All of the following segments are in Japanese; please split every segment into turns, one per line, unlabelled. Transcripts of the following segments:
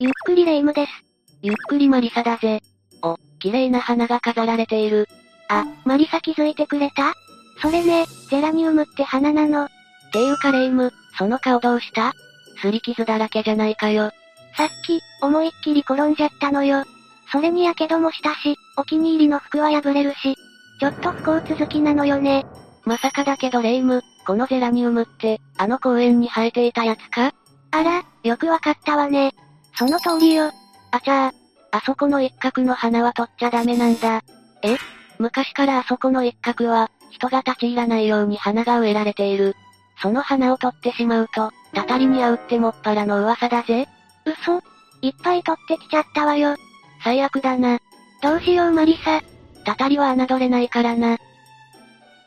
ゆっくりレ夢ムです。
ゆっくりマリサだぜ。お、綺麗な花が飾られている。
あ、マリサ気づいてくれたそれね、ゼラニウムって花なの。
っていうかレ夢ム、その顔どうしたすり傷だらけじゃないかよ。
さっき、思いっきり転んじゃったのよ。それにやけどもしたし、お気に入りの服は破れるし、ちょっと不幸続きなのよね。
まさかだけどレ夢ム、このゼラニウムって、あの公園に生えていたやつか
あら、よくわかったわね。その通りよ。
あちゃー、あそこの一角の花は取っちゃダメなんだ。え昔からあそこの一角は、人が立ち入らないように花が植えられている。その花を取ってしまうと、たたりに合うってもっぱらの噂だぜ。
嘘いっぱい取ってきちゃったわよ。
最悪だな。
どうしようマリサ。
たたりは侮れないからな。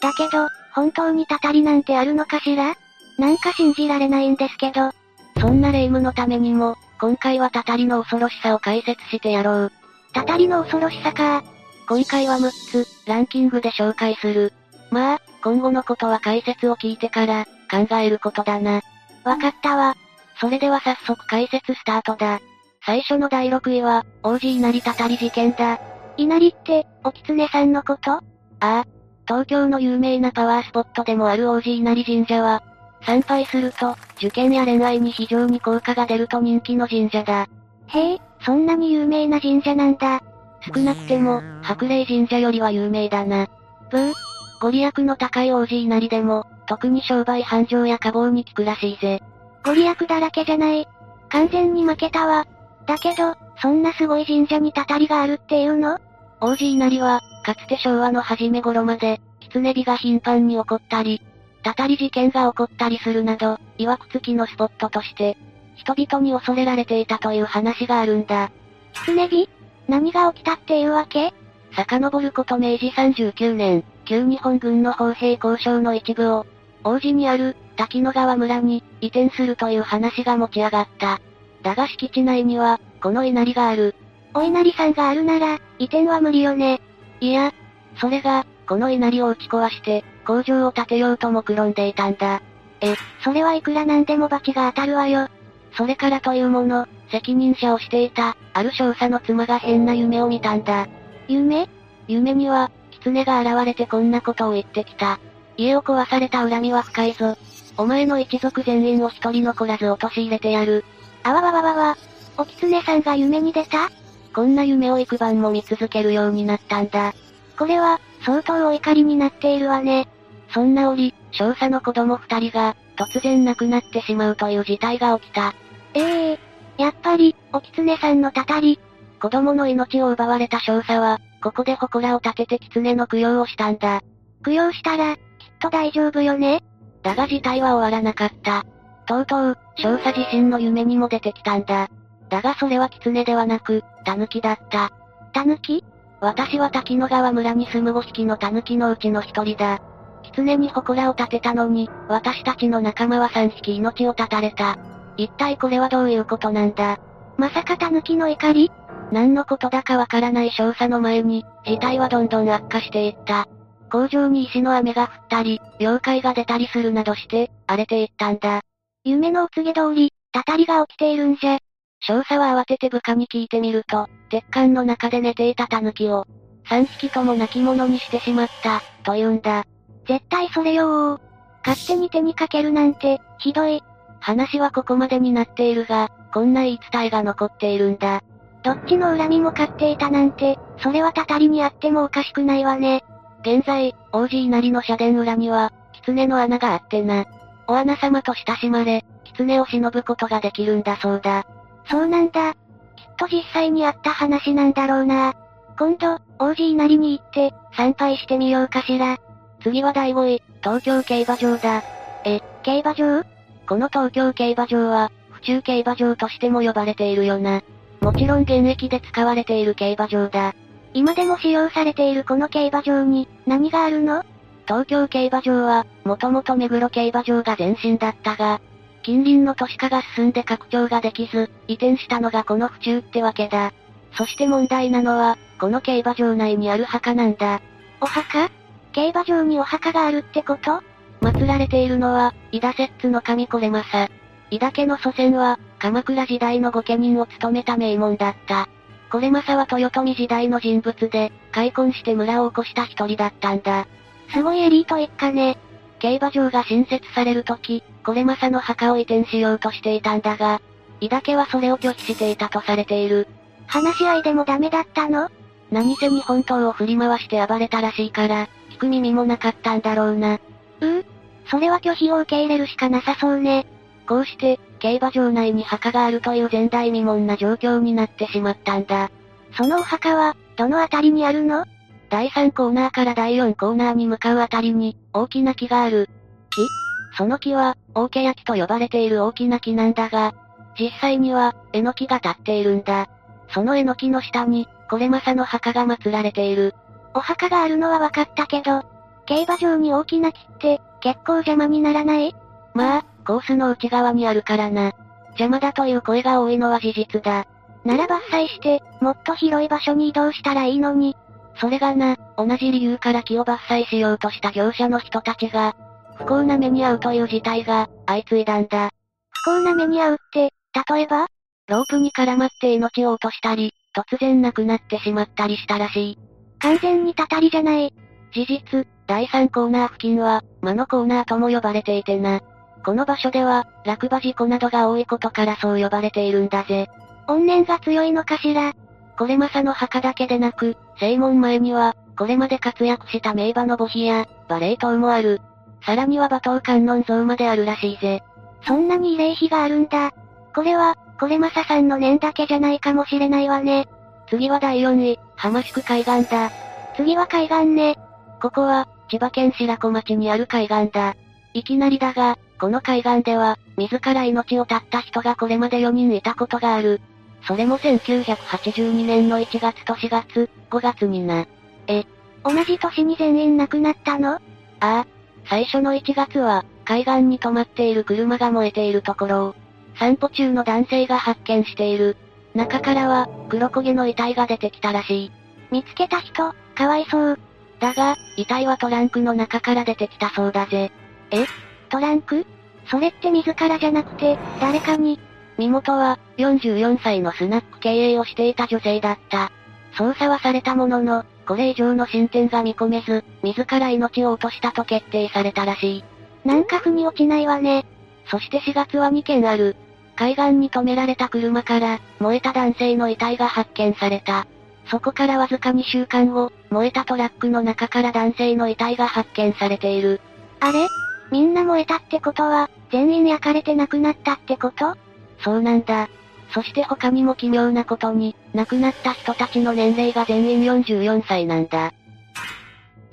だけど、本当にたたりなんてあるのかしらなんか信じられないんですけど。
そんなレイムのためにも、今回はたたりの恐ろしさを解説してやろう。
たたりの恐ろしさか
今回は6つ、ランキングで紹介する。まあ、今後のことは解説を聞いてから、考えることだな。
わかったわ。
それでは早速解説スタートだ。最初の第6位は、王子稲荷たたり事件だ。
稲荷って、お狐さんのことあ
あ。東京の有名なパワースポットでもある王子稲荷神社は、参拝すると、受験や恋愛に非常に効果が出ると人気の神社だ。
へえ、そんなに有名な神社なんだ。
少なくても、白霊神社よりは有名だな。ブー、ご利益の高い王子稲荷でも、特に商売繁盛や多忙に効くらしいぜ。
ご利益だらけじゃない。完全に負けたわ。だけど、そんなすごい神社にたたりがあるっていうの
王子稲荷は、かつて昭和の初め頃まで、狐火が頻繁に起こったり、たたり事件が起こったりするなど、曰くつきのスポットとして、人々に恐れられていたという話があるんだ。
狐火何が起きたっていうわけ
遡ること明治39年、旧日本軍の砲兵交渉の一部を、王子にある、滝野川村に、移転するという話が持ち上がった。だが敷地内には、この稲荷がある。
お稲荷さんがあるなら、移転は無理よね。
いや、それが、この稲荷を打ち壊して、工場を建てようと目論んでいたんだ。
え、それはいくらなんでも罰が当たるわよ。
それからというもの、責任者をしていた、ある少佐の妻が変な夢を見たんだ。
夢
夢には、狐が現れてこんなことを言ってきた。家を壊された恨みは深いぞ。お前の一族全員を一人残らず陥れてやる。
あわわわわわ。お狐さんが夢に出た
こんな夢を幾晩も見続けるようになったんだ。
これは、相当お怒りになっているわね。
そんな折、少佐の子供二人が、突然亡くなってしまうという事態が起きた。
ええー、やっぱり、お狐さんのたたり。
子供の命を奪われた少佐は、ここで祠を建てて狐の供養をしたんだ。
供養したら、きっと大丈夫よね
だが事態は終わらなかった。とうとう、少佐自身の夢にも出てきたんだ。だがそれは狐ではなく、狸だった。
狸
私は滝野川村に住む5匹の狸のうちの一人だ。狐に祠を建てたのに、私たちの仲間は3匹命を絶たれた。一体これはどういうことなんだ
まさか狸の怒り
何のことだかわからない少佐の前に、事態はどんどん悪化していった。工場に石の雨が降ったり、妖怪が出たりするなどして、荒れていったんだ。
夢のお告げ通り、たたりが起きているんじゃ。
少佐は慌てて部下に聞いてみると、鉄管の中で寝ていた狸を、3匹とも泣き者にしてしまった、と言うんだ。
絶対それよー。勝手に手にかけるなんて、ひどい。
話はここまでになっているが、こんな言い伝えが残っているんだ。
どっちの恨みも買っていたなんて、それはたたりにあってもおかしくないわね。
現在、王子稲荷の社殿裏には、狐の穴があってな。お穴様と親しまれ、狐を忍ぶことができるんだそうだ。
そうなんだ。きっと実際にあった話なんだろうな。今度、王子稲荷に行って、参拝してみようかしら。
次は第5位、東京競馬場だ。
え、競馬場
この東京競馬場は、府中競馬場としても呼ばれているよな。もちろん現役で使われている競馬場だ。
今でも使用されているこの競馬場に、何があるの
東京競馬場は、もともと目黒競馬場が前身だったが、近隣の都市化が進んで拡張ができず、移転したのがこの府中ってわけだ。そして問題なのは、この競馬場内にある墓なんだ。
お墓競馬場にお墓があるってこと
祀られているのは、伊田摂津の神これまさ。伊田家の祖先は、鎌倉時代の御家人を務めた名門だった。これまさは豊臣時代の人物で、開墾して村を起こした一人だったんだ。
すごいエリート一家ね。
競馬場が新設されるとき、これまさの墓を移転しようとしていたんだが、伊田家はそれを拒否していたとされている。
話し合いでもダメだったの
何せに本当を振り回して暴れたらしいから、聞く耳もなかったんだろうな。
うん。それは拒否を受け入れるしかなさそうね。
こうして、競馬場内に墓があるという前代未聞な状況になってしまったんだ。
そのお墓は、どの辺りにあるの
第3コーナーから第4コーナーに向かうあたりに、大きな木がある。木その木は、大ケヤキと呼ばれている大きな木なんだが、実際には、えのきが立っているんだ。そのえのきの下に、これまさの墓が祀られている。
お墓があるのは分かったけど、競馬場に大きな木って、結構邪魔にならない
まあ、コースの内側にあるからな。邪魔だという声が多いのは事実だ。
なら伐採して、もっと広い場所に移動したらいいのに。
それがな、同じ理由から木を伐採しようとした業者の人たちが、不幸な目に遭うという事態が、相次いだんだ。
不幸な目に遭うって、例えば
ロープに絡まって命を落としたり、突然亡くなってしまったりしたらしい。
完全にたたりじゃない。
事実、第3コーナー付近は、魔のコーナーとも呼ばれていてな。この場所では、落馬事故などが多いことからそう呼ばれているんだぜ。
怨念が強いのかしら。
これまさの墓だけでなく、正門前には、これまで活躍した名馬の墓碑や、バレエ塔もある。さらには馬頭観音像まであるらしいぜ。
そんなに慰霊碑があるんだ。これは、これまささんの念だけじゃないかもしれないわね。
次は第4位、浜宿海岸だ。
次は海岸ね。
ここは、千葉県白子町にある海岸だ。いきなりだが、この海岸では、自ら命を絶った人がこれまで4人いたことがある。それも1982年の1月と4月、5月にな。
え、同じ年に全員亡くなったのあ
あ、最初の1月は、海岸に止まっている車が燃えているところを、散歩中の男性が発見している。中からは、黒焦げの遺体が出てきたらしい。
見つけた人、かわいそう。
だが、遺体はトランクの中から出てきたそうだぜ。
え
トランク
それって自らじゃなくて、誰かに。
身元は、44歳のスナック経営をしていた女性だった。捜査はされたものの、これ以上の進展が見込めず、自ら命を落としたと決定されたらし
い。なんか腑に落ちないわね。
そして4月は2件ある。海岸に止められた車から、燃えた男性の遺体が発見された。そこからわずか2週間後、燃えたトラックの中から男性の遺体が発見されている。
あれみんな燃えたってことは、全員焼かれて亡くなったってこと
そうなんだ。そして他にも奇妙なことに、亡くなった人たちの年齢が全員44歳なんだ。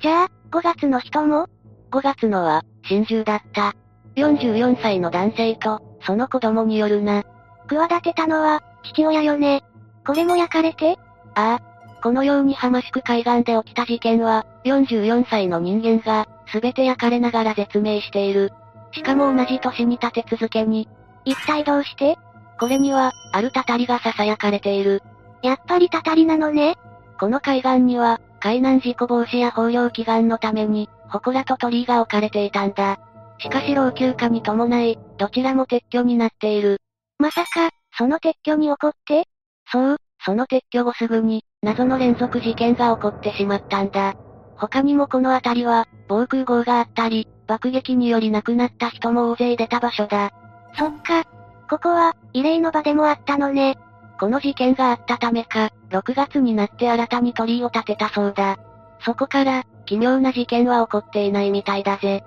じゃあ、5月の人も
?5 月のは、真珠だった。44歳の男性と、その子供によるな。
企てたのは、父親よね。これも焼かれて
ああ。このように浜宿海岸で起きた事件は、44歳の人間が、すべて焼かれながら絶命している。しかも同じ年に立て続けに。
一体どうして
これには、あるたたりが囁かれている。
やっぱりたたりなのね。
この海岸には、海難事故防止や豊漁祈願のために、祠と鳥居が置かれていたんだ。しかし老朽化に伴い、どちらも撤去になっている。
まさか、その撤去に起こって
そう、その撤去後すぐに、謎の連続事件が起こってしまったんだ。他にもこの辺りは、防空壕があったり、爆撃により亡くなった人も大勢出た場所だ。
そっか。ここは、慰霊の場でもあったのね。
この事件があったためか、6月になって新たに鳥居を建てたそうだ。そこから、奇妙な事件は起こっていないみたいだぜ。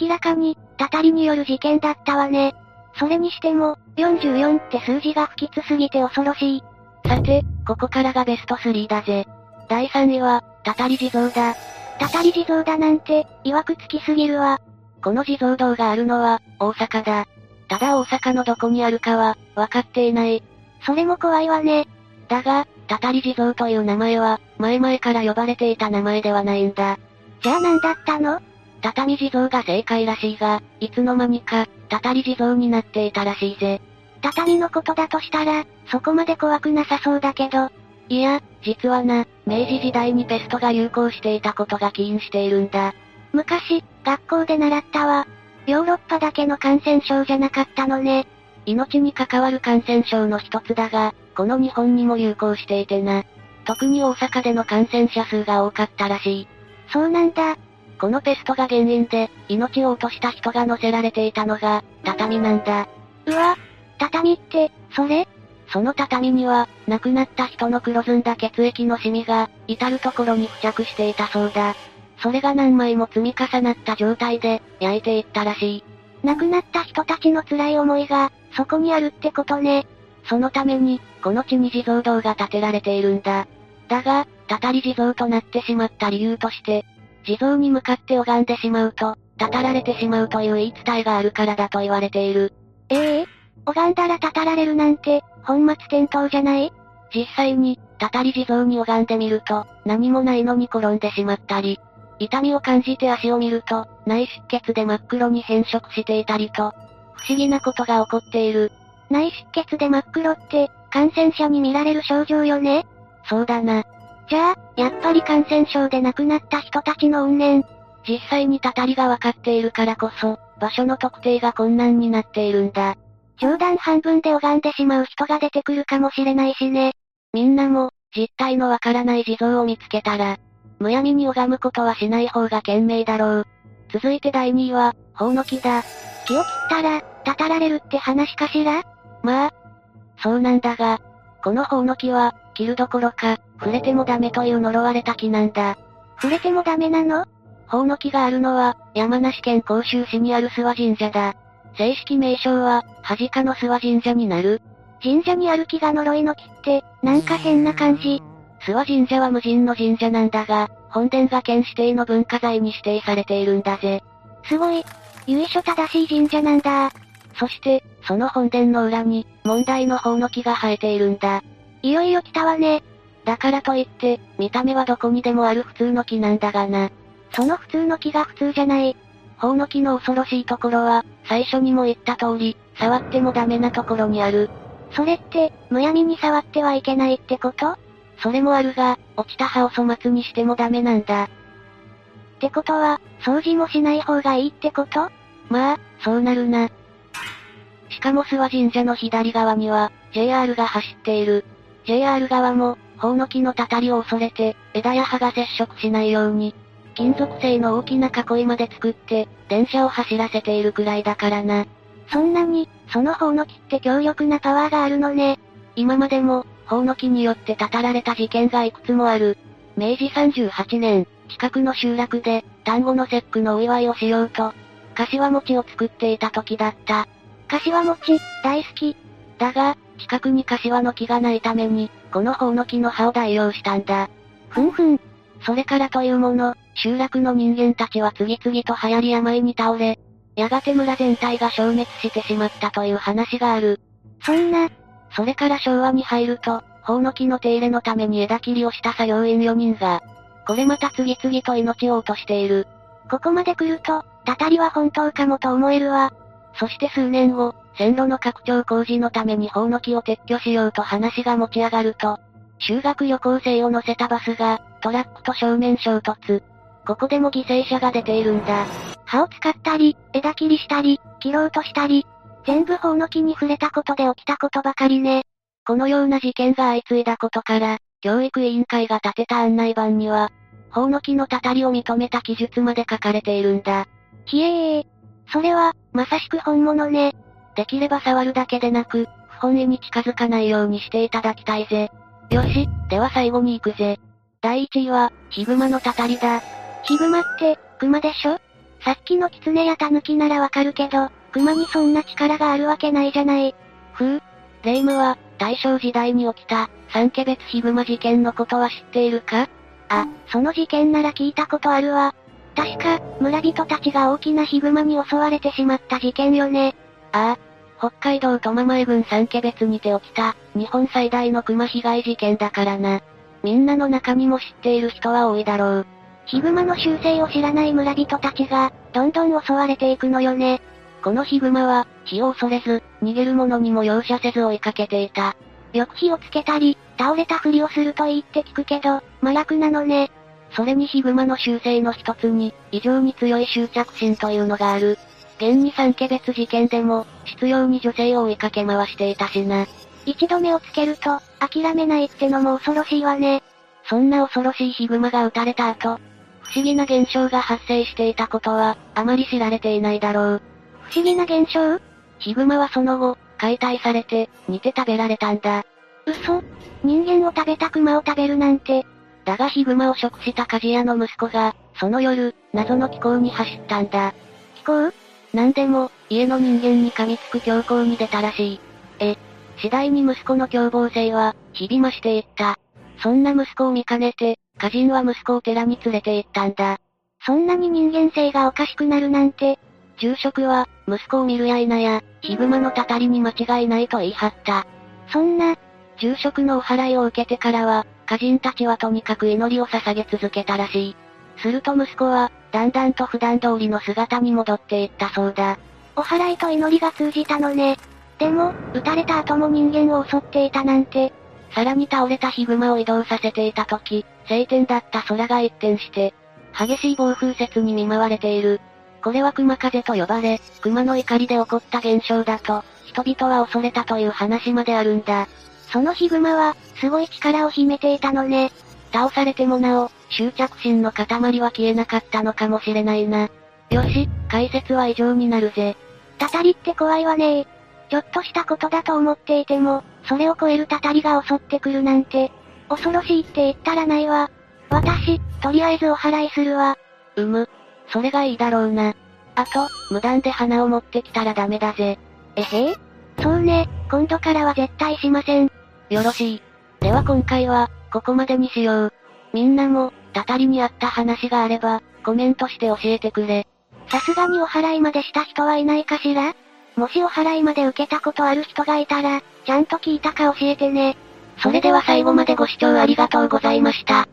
明らかに、たたりによる事件だったわね。それにしても、44って数字が不吉すぎて恐ろしい。
さて、ここからがベスト3だぜ。第3位は、たたり地蔵だ。
たたり地蔵だなんて、曰くつきすぎるわ。
この地蔵堂があるのは、大阪だ。ただ大阪のどこにあるかは、わかっていない。
それも怖いわね。
だが、たたり地蔵という名前は、前々から呼ばれていた名前ではないんだ。
じゃあ何だったの
畳地蔵が正解らしいが、いつの間にか、たたり地蔵になっていたらしいぜ。
畳のことだとしたら、そこまで怖くなさそうだけど。
いや、実はな、明治時代にペストが流行していたことが起因しているんだ。
昔、学校で習ったわ。ヨーロッパだけの感染症じゃなかったのね。
命に関わる感染症の一つだが、この日本にも流行していてな。特に大阪での感染者数が多かったらしい。
そうなんだ。
このペストが原因で、命を落とした人が乗せられていたのが、畳なんだ。
うわ、畳って、それ
その畳には、亡くなった人の黒ずんだ血液のシミが、至るところに付着していたそうだ。それが何枚も積み重なった状態で、焼いていったらしい。
亡くなった人たちの辛い思いが、そこにあるってことね。
そのために、この地に地蔵堂が建てられているんだ。だが、たたり地蔵となってしまった理由として、地蔵に向かって拝んでしまうと、たたられてしまうという言い伝えがあるからだと言われている。
ええ拝んだらたたられるなんて、本末転倒じゃない
実際に、たたり地蔵に拝んでみると、何もないのに転んでしまったり、痛みを感じて足を見ると、内出血で真っ黒に変色していたりと、不思議なことが起こっている。
内出血で真っ黒って、感染者に見られる症状よね
そうだな。
じゃあ、やっぱり感染症で亡くなった人たちの怨念。
実際にたたりが分かっているからこそ、場所の特定が困難になっているんだ。
冗談半分で拝んでしまう人が出てくるかもしれないしね。
みんなも、実態のわからない地蔵を見つけたら、むやみに拝むことはしない方が賢明だろう。続いて第2位は、法の木だ。
気を切ったら、たたられるって話かしら
まあ、そうなんだが、この法の木は、切るどころか、触れてもダメという呪われた木なんだ。
触れてもダメなの
法の木があるのは、山梨県甲州市にある諏訪神社だ。正式名称は、恥かの諏訪神社になる。
神社にある気が呪いの木って、なんか変な感じ。
諏訪神社は無人の神社なんだが、本殿が県指定の文化財に指定されているんだぜ。
すごい。由緒正しい神社なんだ。
そして、その本殿の裏に、問題の方の木が生えているんだ。
いよいよ来たわね。
だからといって、見た目はどこにでもある普通の木なんだがな。
その普通の木が普通じゃない。
方の木の恐ろしいところは、最初にも言った通り、触ってもダメなところにある。
それって、むやみに触ってはいけないってことっ
それもあるが、落ちた葉を粗末にしてもダメなんだ。
てことは、掃除もしない方がいいってこと
まあ、そうなるな。しかも諏訪神社の左側には、JR が走っている。JR 側も、法の木のたたりを恐れて、枝や葉が接触しないように、金属製の大きな囲いまで作って、電車を走らせているくらいだからな。
そんなに、その方の木って強力なパワーがあるのね。
今までも、法の木によってたたられた事件がいくつもある。明治38年、近くの集落で、単語の節句のお祝いをしようと、柏餅を作っていた時だった。
柏餅、大好き。
だが、近くに柏の木がないために、この方の木の葉を代用したんだ。
ふんふん、
それからというもの、集落の人間たちは次々と流行り病に倒れ、やがて村全体が消滅してしまったという話がある。
そんな、
それから昭和に入ると、法の木の手入れのために枝切りをした作業員4人が、これまた次々と命を落としている。
ここまで来ると、たたりは本当かもと思えるわ。
そして数年後、線路の拡張工事のために法の木を撤去しようと話が持ち上がると、修学旅行生を乗せたバスが、トラックと正面衝突。ここでも犠牲者が出ているんだ。
葉を使ったり、枝切りしたり、切ろうとしたり、全部法の木に触れたことで起きたことばかりね。
このような事件が相次いだことから、教育委員会が立てた案内板には、法の木のたたりを認めた記述まで書かれているんだ。
ひええー。それは、まさしく本物ね。
できれば触るだけでなく、不本意に近づかないようにしていただきたいぜ。よし、では最後に行くぜ。第1位は、ヒグマのたたりだ。
ヒグマって、クマでしょさっきのキツネやタヌキならわかるけど、クマにそんな力があるわけないじゃない。
ふう。霊夢は、大正時代に起きた、三家別ヒグマ事件のことは知っているか
あ、その事件なら聞いたことあるわ。確か、村人たちが大きなヒグマに襲われてしまった事件よね。
ああ、北海道苫前郡三家別にて起きた、日本最大の熊被害事件だからな。みんなの中にも知っている人は多いだろう。
ヒグマの習性を知らない村人たちが、どんどん襲われていくのよね。
このヒグマは、火を恐れず、逃げる者にも容赦せず追いかけていた。
よく火をつけたり、倒れたふりをするといいって聞くけど、麻薬なのね。
それにヒグマの習性の一つに、異常に強い執着心というのがある。現に三家別事件でも、執拗に女性を追いかけ回していたしな。
一度目をつけると、諦めないってのも恐ろしいわね。
そんな恐ろしいヒグマが撃たれた後、不思議な現象が発生していたことは、あまり知られていないだろう。
不思議な現象
ヒグマはその後、解体されて、煮て食べられたんだ。
嘘人間を食べたクマを食べるなんて。
だがヒグマを食した鍛冶屋の息子が、その夜、謎の気候に走ったんだ。
気候
なんでも、家の人間に噛みつく強行に出たらしい。え、次第に息子の凶暴性は、日々増していった。そんな息子を見かねて、家人は息子を寺に連れて行ったんだ。
そんなに人間性がおかしくなるなんて。
住職は、息子を見るや否や、ヒグマのたたりに間違いないと言い張った。
そんな、
住職のお祓いを受けてからは、家人たちはとにかく祈りを捧げ続けたらしい。すると息子は、だんだんと普段通りの姿に戻っていったそうだ。
お祓いと祈りが通じたのね。でも、撃たれた後も人間を襲っていたなんて。
さらに倒れたヒグマを移動させていた時、晴天だった空が一転して、激しい暴風雪に見舞われている。これは熊風と呼ばれ、熊の怒りで起こった現象だと、人々は恐れたという話まであるんだ。
そのヒグマは、すごい力を秘めていたのね。
倒されてもなお、執着心の塊は消えなかったのかもしれないな。よし、解説は以上になるぜ。
たたりって怖いわねちょっとしたことだと思っていても、それを超えるたたりが襲ってくるなんて、恐ろしいって言ったらないわ。私、とりあえずお祓いするわ。
うむ。それがいいだろうな。あと、無断で花を持ってきたらダメだぜ。
えへそうね、今度からは絶対しません。
よろしい。では今回は、ここまでにしよう。みんなも、たたりにあった話があれば、コメントして教えてくれ。
さすがにお祓いまでした人はいないかしらもしお祓いまで受けたことある人がいたら、ちゃんと聞いたか教えてね。
それでは最後までご視聴ありがとうございました。